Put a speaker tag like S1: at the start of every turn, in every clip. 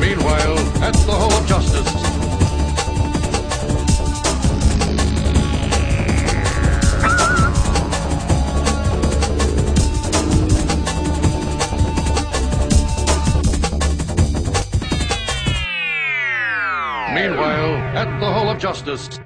S1: Meanwhile, at the Hall of Justice. Meanwhile, at the Hall of Justice.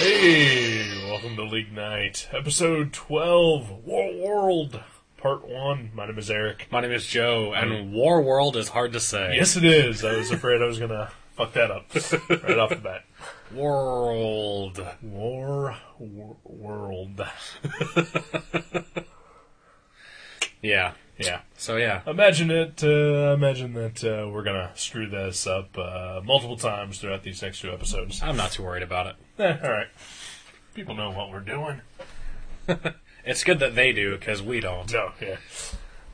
S2: Hey, welcome to League Night, episode 12, War World, part 1. My name is Eric.
S3: My name is Joe, and War World is hard to say.
S2: Yes, it is. I was afraid I was going to fuck that up right off the bat.
S3: World.
S2: War, war World.
S3: Yeah.
S2: Yeah.
S3: So yeah.
S2: Imagine it. Uh, imagine that uh, we're going to screw this up uh, multiple times throughout these next two episodes.
S3: I'm not too worried about it.
S2: Eh, all right. People know what we're doing.
S3: It's good that they do, because we don't.
S2: No, yeah. In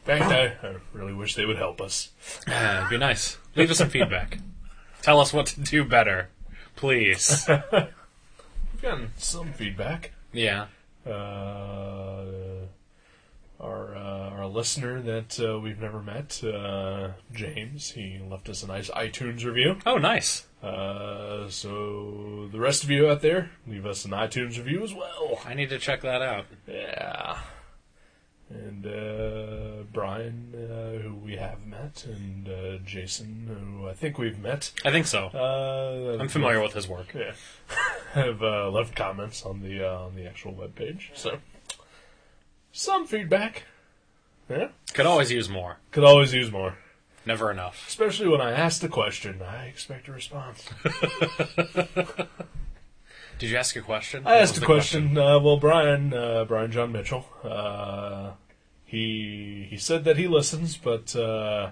S2: fact, I, I really wish they would help us.
S3: Uh, it'd be nice. Leave us some feedback. Tell us what to do better. Please.
S2: We've gotten some feedback.
S3: Yeah.
S2: uh, our uh, our listener that uh, we've never met, uh, James. He left us a nice iTunes review.
S3: Oh, nice.
S2: Uh, so the rest of you out there, leave us an iTunes review as well.
S3: I need to check that out.
S2: Yeah. And uh, Brian, uh, who we have met, and uh, Jason, who I think we've met.
S3: I think so.
S2: Uh,
S3: I'm familiar with his work.
S2: Yeah, have uh, left comments on the uh, on the actual webpage, so some feedback. Yeah,
S3: Could always use more.
S2: could always use more,
S3: Never enough.
S2: especially when I ask the question. I expect a response.
S3: Did you ask a question?
S2: I
S3: What was
S2: asked a
S3: the
S2: question. Uh, well, Brian, uh, Brian John Mitchell, uh, he he said that he listens, but uh,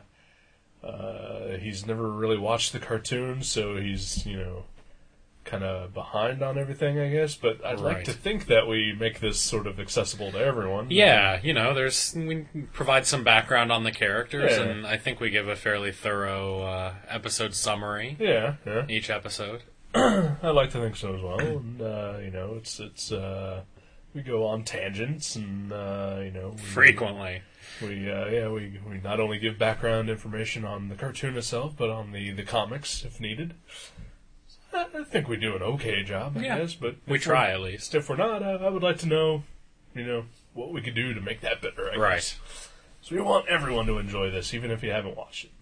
S2: uh, he's never really watched the cartoon, so he's you know kind of behind on everything, I guess. But I'd like
S3: Right.
S2: to think that we make this sort of accessible to everyone.
S3: Yeah, you know, there's we provide some background on the characters,
S2: Yeah.
S3: and I think we give a fairly thorough uh, episode summary
S2: yeah, yeah.
S3: each episode.
S2: I like to think so as well. And uh, you know, it's it's uh, we go on tangents, and uh, you know, we-
S3: frequently.
S2: We uh, yeah we, we not only give background information on the cartoon itself, but on the, the comics if needed. I I think we do an okay job, I
S3: Yeah.
S2: guess. But
S3: We
S2: if
S3: try
S2: we're-
S3: at least.
S2: If we're not, I, I would like to know, you know, what we could do to make that better. I
S3: Right.
S2: Guess. So we want everyone to enjoy this, even if you haven't watched it.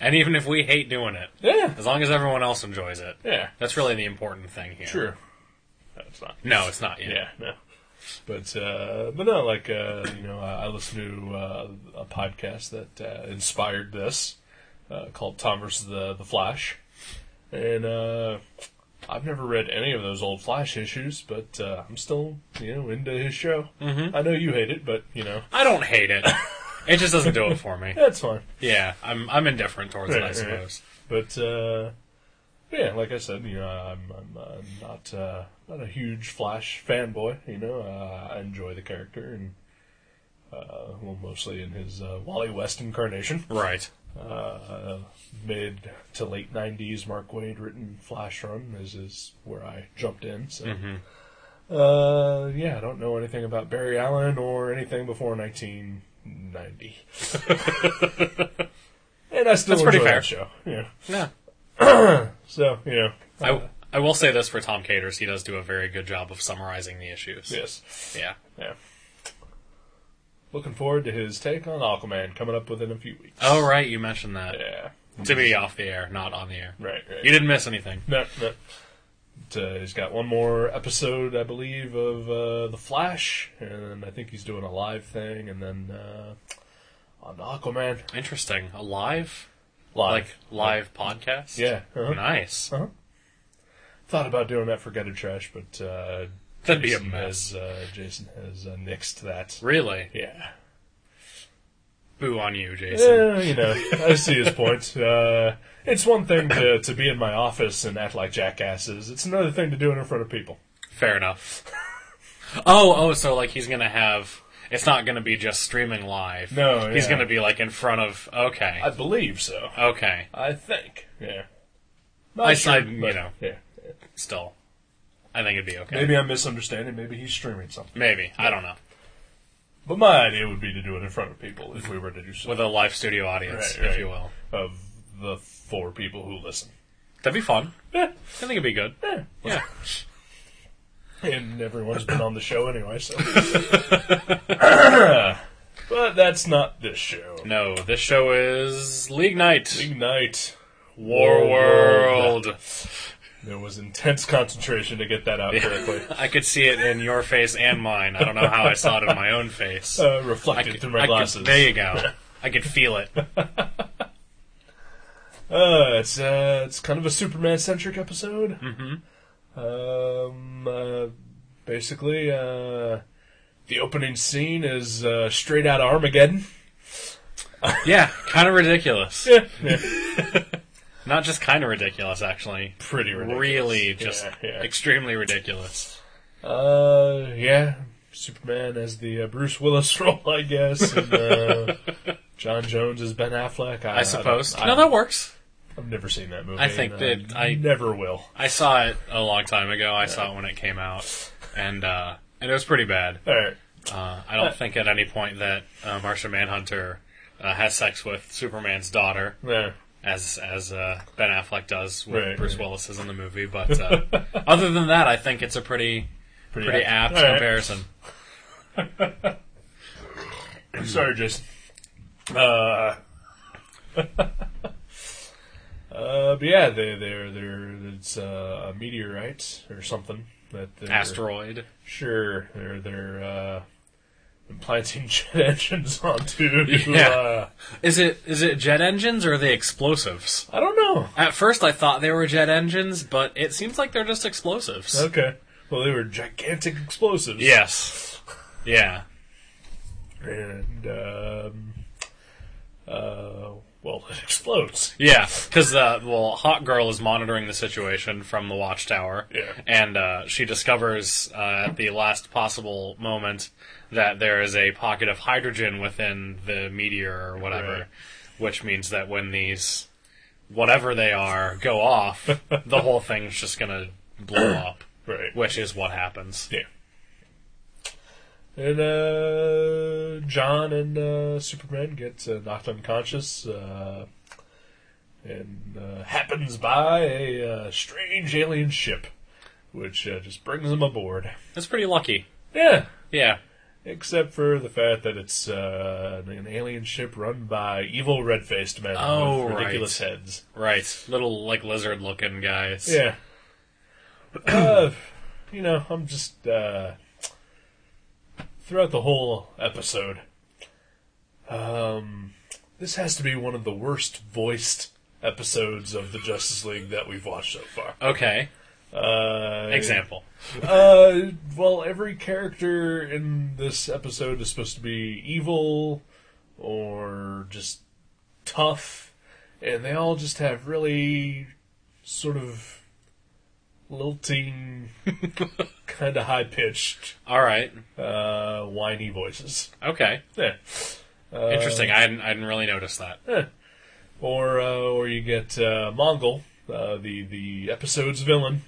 S3: And even if we hate doing it,
S2: Yeah.
S3: as long as everyone else enjoys it,
S2: Yeah.
S3: that's really the important thing here.
S2: Sure. That's not.
S3: No, it's not. Yet.
S2: Yeah, no. But uh, but no, like uh, you know, I, I listen to uh, a podcast that uh, inspired this uh, called Tom versus the the Flash, and uh, I've never read any of those old Flash issues, but uh, I'm still you know into his show. Mm-hmm. I know you hate it, but you know
S3: I don't hate it. it just doesn't do it for me.
S2: that's fine.
S3: Yeah, I'm I'm indifferent towards it,
S2: Right,
S3: I
S2: right.
S3: suppose.
S2: But uh, yeah, like I said, you know, I'm I'm uh, not uh, not a huge Flash fanboy. You know, uh, I enjoy the character and uh, well, mostly in his uh, Wally West incarnation,
S3: Right.
S2: uh, mid to late '90s Mark Wade written Flash run is is where I jumped in. So.
S3: Mm-hmm.
S2: Uh, yeah, I don't know anything about Barry Allen or anything before 1990. and I still
S3: That's pretty
S2: enjoy
S3: fair.
S2: that show. Yeah.
S3: Yeah.
S2: So, you know,
S3: I I will say this for Tom Caters, he does do a very good job of summarizing the issues.
S2: yes.
S3: Yeah.
S2: Yeah. Looking forward to his take on Aquaman coming up within a few weeks.
S3: Oh right, you mentioned that.
S2: Yeah.
S3: To be off the air, not on the air.
S2: Right, right.
S3: You didn't miss anything.
S2: No, no. But, uh, he's got one more episode, I believe, of uh, The Flash, and I think he's doing a live thing, and then uh, on Aquaman.
S3: Interesting. A live,
S2: Live.
S3: like live podcast.
S2: Yeah. uh-huh.
S3: Nice.
S2: Uh-huh. Thought about doing that for Gutter Trash, but uh,
S3: That'd be a
S2: Jason
S3: mess.
S2: Has, uh, Jason has uh, nixed that.
S3: Really.
S2: Yeah.
S3: Boo on you, Jason.
S2: Yeah, you know, I see his point. Uh, it's one thing to, to be in my office and act like jackasses. It's another thing to do it in front of people.
S3: Fair enough. oh, oh, so like he's gonna have It's not going to be just streaming live.
S2: No,
S3: he's
S2: yeah.
S3: going to be like in front of. Okay,
S2: I believe so.
S3: okay.
S2: I think. Yeah.
S3: I-
S2: Not
S3: I- you
S2: but-
S3: know.
S2: Yeah.
S3: Still, I think it'd be okay.
S2: Maybe I'm misunderstanding. Maybe he's streaming something.
S3: Maybe. I don't know.
S2: But my idea would be to do it in front of people if we were to do
S3: With
S2: something
S3: a live studio audience,
S2: Right,
S3: if
S2: right.
S3: you will.
S2: of the four people who listen.
S3: That'd be fun.
S2: Yeah.
S3: I think it'd be good. Yeah.
S2: And everyone's been on the show anyway, so. but that's not this show.
S3: No, this show is League Night.
S2: Ignite.
S3: War
S2: World.
S3: World.
S2: There was intense concentration to get that out correctly.
S3: I could see it in your face and mine. I don't know how I saw it in my own face.
S2: Uh,
S3: I
S2: reflected
S3: could-
S2: through my
S3: I could-
S2: glasses.
S3: there you go. I could feel it.
S2: Uh, it's uh, it's kind of a Superman centric episode. Mm-hmm. Um, uh, basically, uh, the opening scene is uh, straight out of Armageddon.
S3: Yeah, kind of ridiculous.
S2: Yeah,
S3: Not just kind of ridiculous, actually.
S2: pretty ridiculous.
S3: Really, just
S2: Yeah, yeah.
S3: extremely ridiculous.
S2: uh, yeah. Superman as the uh, Bruce Willis role, I guess. And, uh, John Jones as Ben Affleck. I,
S3: Um, I suppose.
S2: I,
S3: no, that works.
S2: I've never seen that movie.
S3: I think
S2: and
S3: that
S2: I
S3: I-
S2: never will.
S3: I saw it a long time ago. I saw it when it came out, and uh, and it was pretty bad.
S2: All right.
S3: Uh, I don't think at any point that uh, Martian Manhunter uh, has sex with Superman's daughter,
S2: Yeah.
S3: as as uh, Ben Affleck does with
S2: Right,
S3: Bruce
S2: right.
S3: Willis is in the movie. But uh, other than that, I think it's a pretty
S2: Pretty,
S3: pretty apt
S2: All right.
S3: comparison.
S2: Sorry, Jason. Uh, uh, but yeah, they, they're they're it's uh, a meteorite or something that they're,
S3: Asteroid.
S2: Sure, they're they're uh, implanting jet engines onto. to,
S3: Yeah.
S2: Uh,
S3: Is it is it jet engines or are they explosives?
S2: I don't know.
S3: At first, I thought they were jet engines, but it seems like they're just explosives.
S2: Okay. Well, they were gigantic explosives.
S3: Yes. Yeah.
S2: And um, uh, well, it explodes.
S3: Yeah, because uh, well, Hot Girl is monitoring the situation from the watchtower,
S2: Yeah.
S3: and uh, she discovers uh, at the last possible moment that there is a pocket of hydrogen within the meteor or whatever,
S2: Right.
S3: which means that when these whatever they are go off, the whole thing's just gonna blow up,
S2: Right.
S3: which is what happens.
S2: Yeah. And uh, John and uh, Superman get uh, knocked unconscious, uh, and uh, happens by a uh, strange alien ship, which uh, just brings them aboard.
S3: That's pretty lucky.
S2: Yeah,
S3: Yeah,
S2: except for the fact that it's uh, an alien ship run by evil red-faced men
S3: Oh,
S2: with
S3: right.
S2: ridiculous heads.
S3: right. Little like lizard-looking guys.
S2: Yeah. uh, you know, I'm just uh, throughout the whole episode. Um, this has to be one of the worst voiced episodes of the Justice League that we've watched so far.
S3: Okay.
S2: Uh,
S3: Example.
S2: Uh, well, every character in this episode is supposed to be evil or just tough, and they all just have really sort of lilting, kind of high pitched,
S3: All right.
S2: uh, whiny voices.
S3: Okay.
S2: Yeah.
S3: Interesting. I hadn't, I didn't really notice that.
S2: or uh, or you get uh, Mongol, uh, the the episode's villain,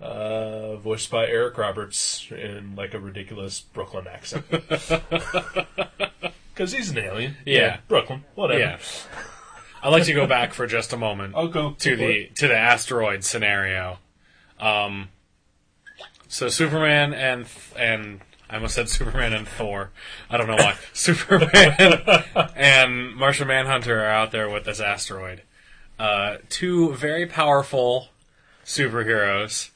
S2: uh, voiced by Eric Roberts in like a ridiculous Brooklyn accent. Because he's an alien.
S3: Yeah.
S2: Brooklyn, whatever.
S3: Yeah. I'd like to go back for just a moment
S2: I'll go
S3: to the to the asteroid scenario. Um, so Superman and and I almost said Superman and Thor. I don't know why. Superman and Martian Manhunter are out there with this asteroid. Uh, two very powerful superheroes.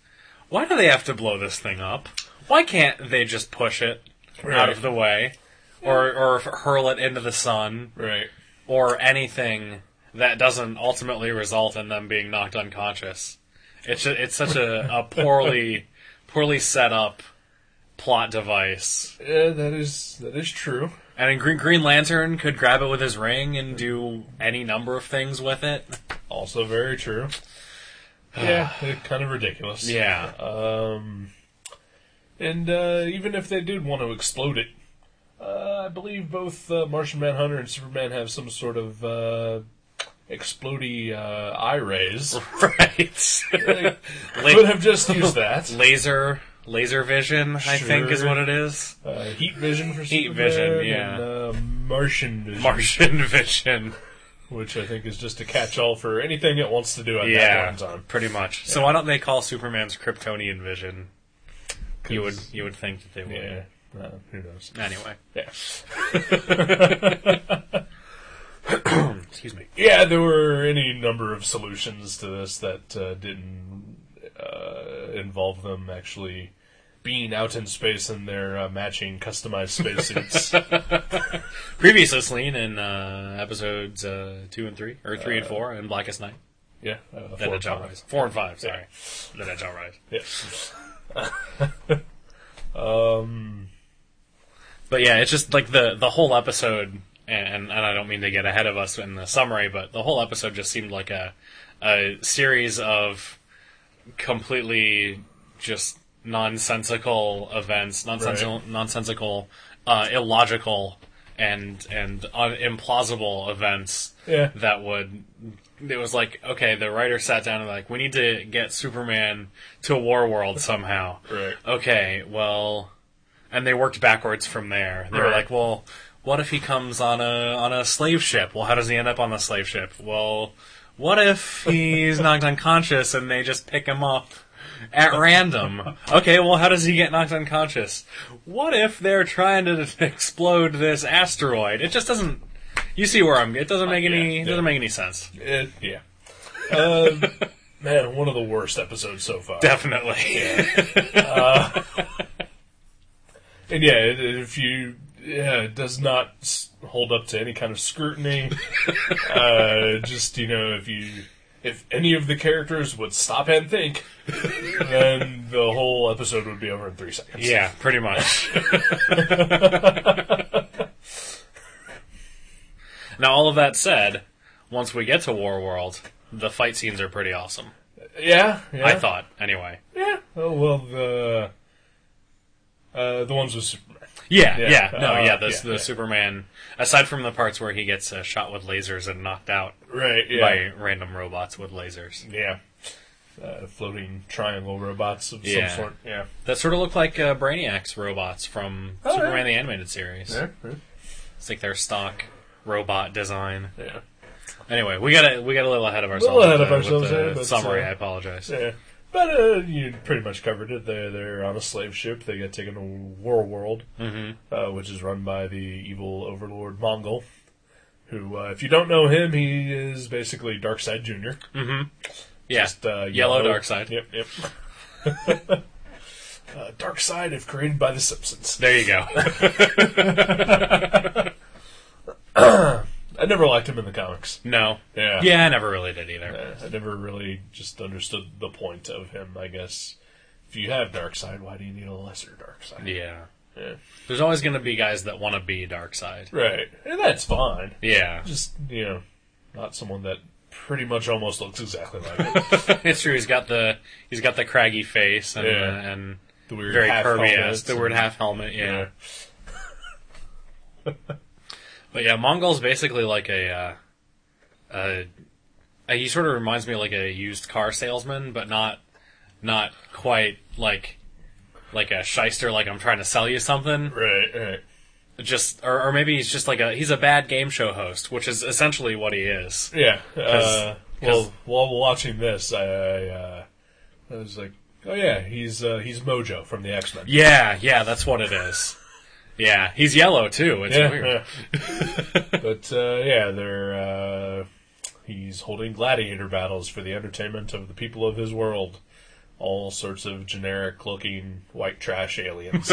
S3: Why do they have to blow this thing up? Why can't they just push it out
S2: Right.
S3: of the way, or or hurl it into the sun?
S2: right.
S3: or anything that doesn't ultimately result in them being knocked unconscious. It's ju- it's such a, a poorly poorly set up plot device.
S2: Yeah, that is that is true.
S3: And then Green Green Lantern could grab it with his ring and do any number of things with it.
S2: Also very true. Yeah, they're kind of ridiculous.
S3: Yeah,
S2: Um, and uh, even if they did want to explode it, Uh, I believe both uh, Martian Manhunter and Superman have some sort of uh, explodey uh, eye rays.
S3: right?
S2: Could have just used that.
S3: laser laser vision, I think, is
S2: Sure.
S3: what it is.
S2: Uh, heat vision for
S3: Heat
S2: Superman
S3: vision, yeah.
S2: and uh, Martian vision,
S3: Martian vision.
S2: which I think is just a catch-all for anything it wants to do at
S3: Yeah,
S2: that point in time.
S3: pretty much. So why don't they call Superman's Kryptonian vision? You would you would think that they would.
S2: yeah. Uh, who knows?
S3: Anyway,
S2: Yeah.
S3: excuse me.
S2: Yeah, there were any number of solutions to this that uh, didn't uh, involve them actually being out in space in their uh, matching customized spacesuits.
S3: Previously seen in uh, episodes uh, two and three, or three and four, and Blackest Night.
S2: yeah, uh,
S3: The
S2: four
S3: Dead Shall
S2: times.
S3: Rise. Uh, Four and five. Sorry, The Dead Shall Rise.
S2: Yeah.
S3: But yeah, it's just like the the whole episode, and and I don't mean to get ahead of us in the summary, but the whole episode just seemed like a a series of completely just nonsensical events, nonsensical, nonsensical, uh, illogical, and and un- implausible events
S2: Yeah.
S3: that would. It was like okay, the writer sat down and like we need to get Superman to Warworld somehow.
S2: Right.
S3: Okay, well and they worked backwards from there. They were
S2: Right.
S3: like, well, what if he comes on a on a slave ship? Well, how does he end up on the slave ship? Well, what if he's knocked unconscious and they just pick him up at
S2: Oh.
S3: random? Okay, well, how does he get knocked unconscious? What if they're trying to explode this asteroid? It just doesn't. You see where I'm. It doesn't make any.
S2: Uh, yeah.
S3: It doesn't make any sense.
S2: It, yeah. Uh, man, one of the worst episodes so far.
S3: Definitely.
S2: And yeah, it- it- if you yeah, it does not s- hold up to any kind of scrutiny. uh, just you know, if you if any of the characters would stop and think, then the whole episode would be over in three seconds.
S3: yeah, pretty much. now, all of that said, once we get to War World, the fight scenes are pretty awesome.
S2: yeah, yeah.
S3: I thought, anyway.
S2: Yeah. Oh well, the uh, the ones with Superman.
S3: Yeah, yeah,
S2: Yeah.
S3: no,
S2: Uh,
S3: yeah. The,
S2: yeah,
S3: the
S2: yeah.
S3: Superman, aside from the parts where he gets uh, shot with lasers and knocked out
S2: Right. Yeah.
S3: by random robots with lasers,
S2: Yeah. Uh, floating triangle robots of
S3: Yeah.
S2: some sort. Yeah.
S3: that sort of look like uh, Brainiac's robots from
S2: Oh,
S3: Superman
S2: yeah.
S3: the animated series.
S2: Yeah.
S3: It's like their stock robot design.
S2: Yeah.
S3: Anyway, we got we got a little ahead of ourselves.
S2: Little ahead of
S3: with the- with
S2: ourselves
S3: the
S2: there, but,
S3: summary.
S2: uh,
S3: I apologize.
S2: Yeah, but uh, you pretty much covered it. They're they're on a slave ship. They get taken to War World,
S3: Mm-hmm.
S2: uh, which is run by the evil overlord Mongol. Who, uh, if you don't know him, he is basically Darkseid Junior.
S3: Yeah,
S2: Just uh,
S3: yellow, dark side.
S2: Yep, yep. uh, dark side, if created by the Simpsons.
S3: There you go.
S2: I never liked him in the comics.
S3: no.
S2: Yeah,
S3: Yeah, I never really did either.
S2: Uh, I never really just understood the point of him. I guess if you have dark side, why do you need a lesser dark side?
S3: Yeah.
S2: Yeah.
S3: There's always going to be guys that want to be dark side.
S2: Right, and that's fine.
S3: Yeah.
S2: just you know, not someone that pretty much almost looks exactly like it.
S3: it's true. He's got the he's got the craggy face and
S2: Yeah.
S3: uh, and
S2: The weird
S3: very
S2: half
S3: curvy ass.
S2: helmets
S3: The word
S2: and-
S3: half helmet. Yeah.
S2: Yeah.
S3: But yeah, Mongol's basically like a. Uh, uh, uh, he sort of reminds me of like a used car salesman, but not not quite like like a shyster. Like I'm trying to sell you something.
S2: Right, right.
S3: just or, or maybe he's just like a he's a bad game show host, which is essentially what he is.
S2: Yeah. Uh,
S3: 'cause-
S2: well, while watching this, I, I, uh, I was like, oh yeah, he's uh, he's Mojo from the X Men.
S3: Yeah, yeah, that's what it is. Yeah, he's yellow too. It's
S2: Yeah,
S3: weird.
S2: yeah. but uh, yeah, they're uh, he's holding gladiator battles for the entertainment of the people of his world. All sorts of generic looking white trash aliens.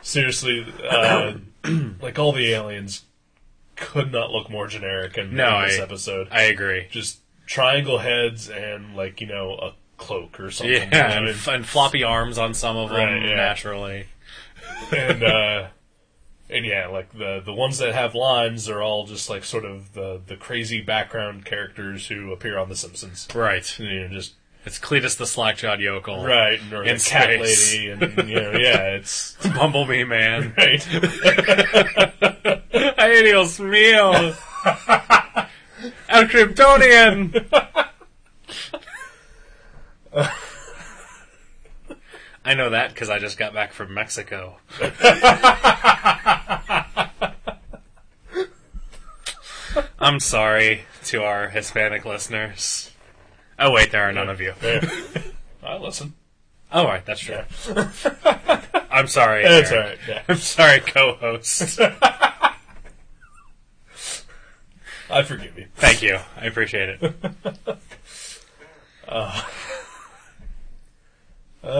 S2: Seriously, uh, like all the aliens could not look more generic in,
S3: No,
S2: in this
S3: I-
S2: episode.
S3: I agree.
S2: Just triangle heads and like you know a cloak or something. you know what I
S3: Yeah, and,
S2: mean?
S3: f- and floppy arms on some of them
S2: Right, yeah.
S3: naturally.
S2: and uh and yeah, like the the ones that have lines are all just like sort of the the crazy background characters who appear on The Simpsons.
S3: Right.
S2: You know, just
S3: It's Cletus the slack-jawed yokel,
S2: Right, and, or
S3: In
S2: the cat
S3: space.
S2: lady, and you know, yeah, it's
S3: Bumblebee man.
S2: right.
S3: Ay, Dios mío. El Kryptonian. I know that because I just got back from Mexico. I'm sorry to our Hispanic listeners. Oh, wait, there are none of you.
S2: I listen.
S3: Oh, right, that's true. I'm sorry.
S2: That's all right.
S3: Eric.
S2: Yeah.
S3: I'm sorry, co host.
S2: I forgive you.
S3: Thank you. I appreciate it.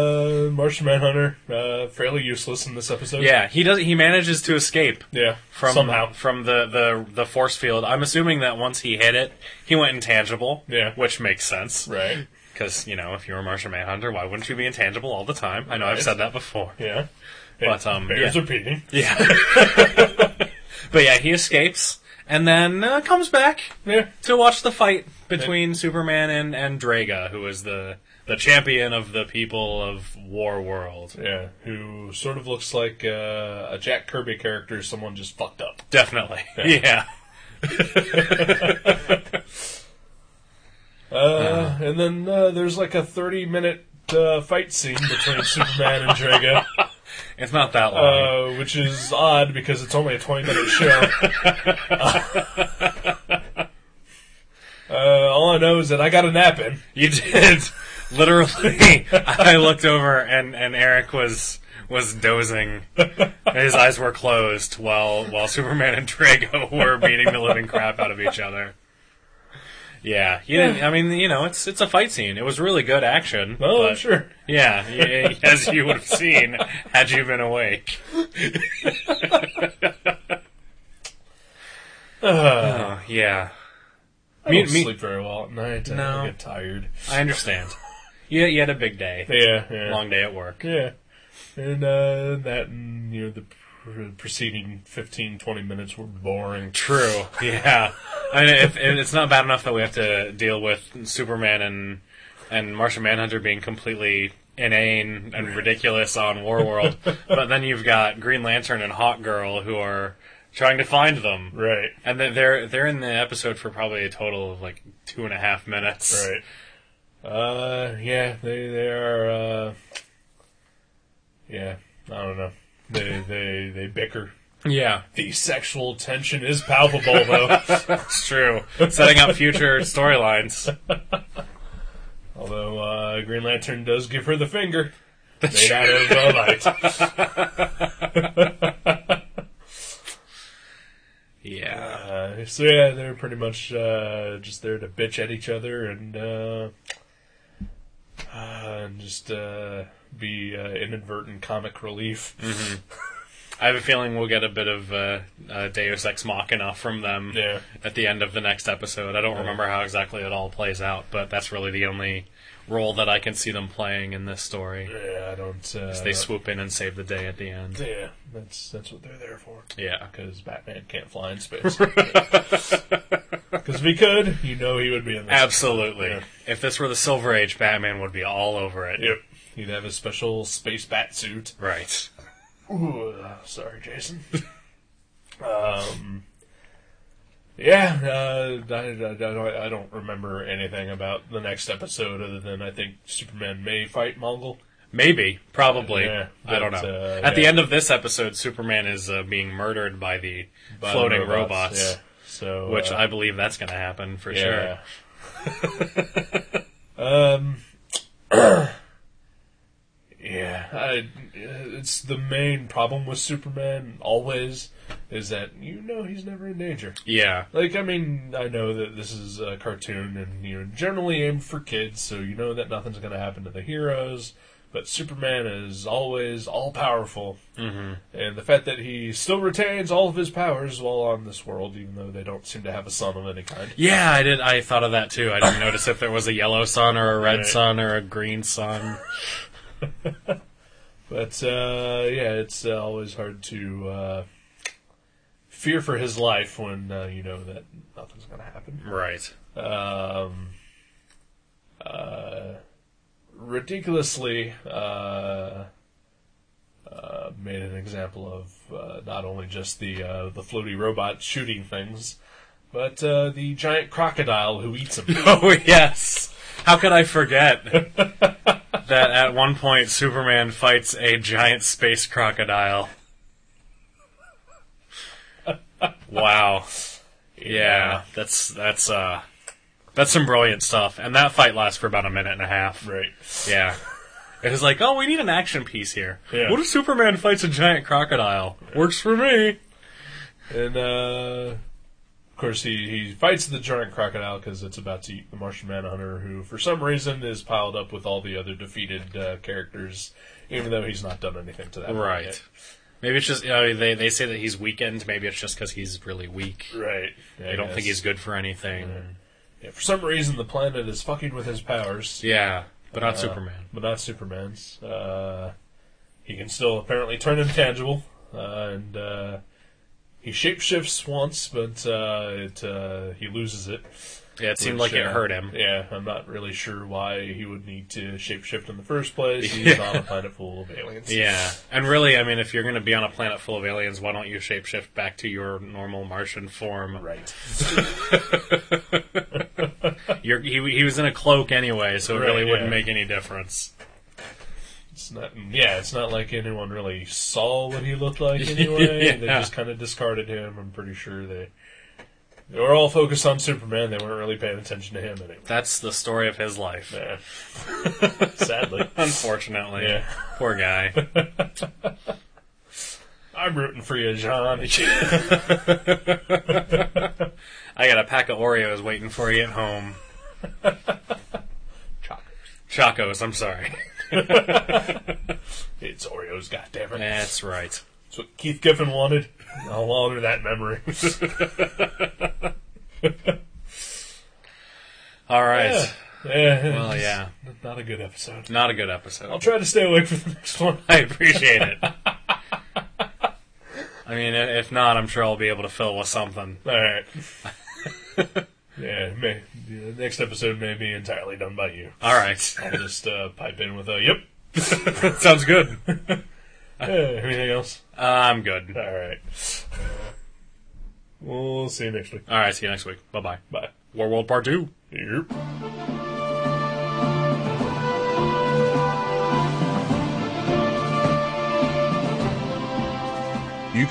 S2: Uh, Martian Manhunter, uh, fairly useless in this episode.
S3: Yeah, he does. He manages to escape
S2: yeah.
S3: from
S2: somehow,
S3: from the, the the force field. I'm assuming that once he hit it, he went intangible.
S2: Yeah.
S3: which makes sense
S2: right?
S3: because you know if you were Martian Manhunter, why wouldn't you be intangible all the time? I know I've
S2: Right.
S3: said that before.
S2: Yeah,
S3: But, um,
S2: bears
S3: yeah.
S2: repeating.
S3: Yeah, but yeah, he escapes and then uh, comes back
S2: Yeah,
S3: to watch the fight between Superman and and Draga, who is the the champion of the people of War World.
S2: yeah. Who sort of looks like uh, a Jack Kirby character? Someone just fucked up.
S3: Definitely. Yeah.
S2: Uh, and then uh, there's like a 30 minute uh, fight scene between Superman and Drago,
S3: It's not that long.
S2: uh, which is odd because it's only a 20 minute show. Uh, all I know is that I got a nap in.
S3: You did. Literally, I looked over and, and Eric was was dozing. His eyes were closed while while Superman and Drago were beating the living crap out of each other. Yeah, you didn't. I mean, you know, it's it's a fight scene. It was really good action.
S2: Oh, I'm
S3: but-
S2: sure.
S3: Yeah, y- as you would have seen had you been awake. oh, yeah.
S2: I
S3: Me-
S2: don't
S3: me-
S2: sleep very well at night.
S3: No.
S2: I get tired.
S3: I understand. You, you had a big day,
S2: Yeah, yeah.
S3: long day at work.
S2: Yeah. And uh, that and, you know, the pr- preceding 15, 20 minutes were boring.
S3: True. Yeah. I mean, if, if it's not bad enough that we have to deal with Superman and and Martian Manhunter being completely inane and ridiculous on Warworld, but then you've got Green Lantern and Hawk Girl who are trying to find them,
S2: Right.
S3: and then they're they're in the episode for probably a total of like two and a half minutes.
S2: Right. Uh, yeah, they they are. Uh, yeah, I don't know. They they they bicker.
S3: Yeah,
S2: The sexual tension is palpable, though.
S3: it's true. Setting up future storylines.
S2: Although uh, Green Lantern does give her the finger, made out of uh, light.
S3: Yeah.
S2: Uh, so yeah, they're pretty much uh, just there to bitch at each other and uh, uh, and just uh, be uh, inadvertent comic relief.
S3: I have a feeling we'll get a bit of uh, uh, Deus Ex Machina from them
S2: Yeah.
S3: at the end of the next episode. I don't remember how exactly it all plays out, but that's really the only role that I can see them playing in this story.
S2: Yeah, I don't. Uh, I
S3: They
S2: don't-
S3: swoop in and save the day at the end.
S2: Yeah, that's that's what they're there for.
S3: Yeah.
S2: because Batman can't fly in space. Because if he could, you know he would be in this.
S3: Absolutely.
S2: Yeah.
S3: If this were the Silver Age, Batman would be all over it.
S2: Yep. He'd have his special space bat suit.
S3: Right.
S2: Ooh, uh, sorry, Jason. um, yeah, uh, I, I, I don't, I don't remember anything about the next episode other than I think Superman may fight Mongol.
S3: Maybe. Probably.
S2: Yeah,
S3: I don't know.
S2: but, uh,
S3: At the
S2: yeah.
S3: end of this episode, Superman is uh, being murdered by the
S2: by
S3: floating
S2: the
S3: robots,
S2: Yeah. So,
S3: which
S2: uh,
S3: I believe that's going to happen for sure.
S2: um. yeah, I, it's the main problem with Superman always is that you know he's never in danger.
S3: Yeah.
S2: Like, I mean, I know that this is a cartoon and you know generally aimed for kids, so you know that nothing's going to happen to the heroes. But Superman is always all powerful, mm-hmm. and the fact that he still retains all of his powers while on this world, even though they don't seem to have a son of any kind.
S3: Yeah, I did. I thought of that too. I didn't notice if there was a yellow sun or a red
S2: Right.
S3: sun or a green sun.
S2: But uh, yeah, it's uh, always hard to uh, fear for his life when uh, you know that nothing's going to happen.
S3: Right.
S2: Um, uh, ridiculously uh, uh, made an example of uh, not only just the uh, the floaty robot shooting things, but uh, the giant crocodile who eats them.
S3: Oh yes. How could I forget that at one point Superman fights a giant space crocodile? Wow. Yeah, that's that's uh that's some brilliant stuff. And that fight lasts for about a minute and a half.
S2: right.
S3: Yeah. It was like, oh, we need an action piece here.
S2: Yeah.
S3: What if Superman fights a giant crocodile? Works for me.
S2: And uh, of course, he, he fights the giant crocodile because it's about to eat the Martian Manhunter, who for some reason is piled up with all the other defeated uh, characters, even though he's not done anything to that. one
S3: Right.
S2: yet.
S3: Maybe it's just you know, they they say that he's weakened. Maybe it's just because he's really weak.
S2: Right. Yeah,
S3: I don't think
S2: guess.
S3: he's good for anything.
S2: Yeah, for some reason, the planet is fucking with his powers,
S3: Yeah, but
S2: Uh,
S3: not Superman.
S2: but not Superman's. Uh, he can still apparently turn intangible, uh, and uh, he shapeshifts once, but uh, it uh, he loses it.
S3: Yeah, it seemed
S2: which,
S3: like it
S2: uh,
S3: hurt him.
S2: Yeah, I'm not really sure why he would need to shapeshift in the first place. He's
S3: Yeah.
S2: on a planet full of aliens.
S3: Yeah, and really, I mean, if you're going to be on a planet full of aliens, why don't you shapeshift back to your normal Martian form?
S2: Right.
S3: You're, he, he was in a cloak anyway, so it
S2: Right,
S3: really wouldn't
S2: yeah.
S3: make any difference.
S2: It's not. Yeah, it's not like anyone really saw what he looked like anyway. They
S3: Yeah.
S2: just kind of discarded him. I'm pretty sure they they were all focused on Superman. They weren't really paying attention to him anyway.
S3: That's the story of his life.
S2: Yeah. Sadly,
S3: Unfortunately,
S2: Yeah.
S3: poor guy.
S2: I'm rooting for you, John.
S3: I got a pack of Oreos waiting for you at home. Chacos, I'm sorry.
S2: It's Oreos, goddammit.
S3: That's right.
S2: That's what Keith Giffen wanted. I'll honor that memory.
S3: All right.
S2: yeah. Yeah.
S3: Well, yeah,
S2: Not a good episode.
S3: not a good episode.
S2: I'll try to stay awake for the next one.
S3: I appreciate it. I mean, i- if not, I'm sure I'll be able to fill with something.
S2: All right. yeah, may, the next episode may be entirely done by you.
S3: All right,
S2: I'll just uh, pipe in with a yep.
S3: sounds good. Uh,
S2: Uh, anything else?
S3: I'm good.
S2: All right. We'll see you next week.
S3: All right, see you next week. Bye bye.
S2: Bye.
S3: War World Part Two.
S2: Yep. You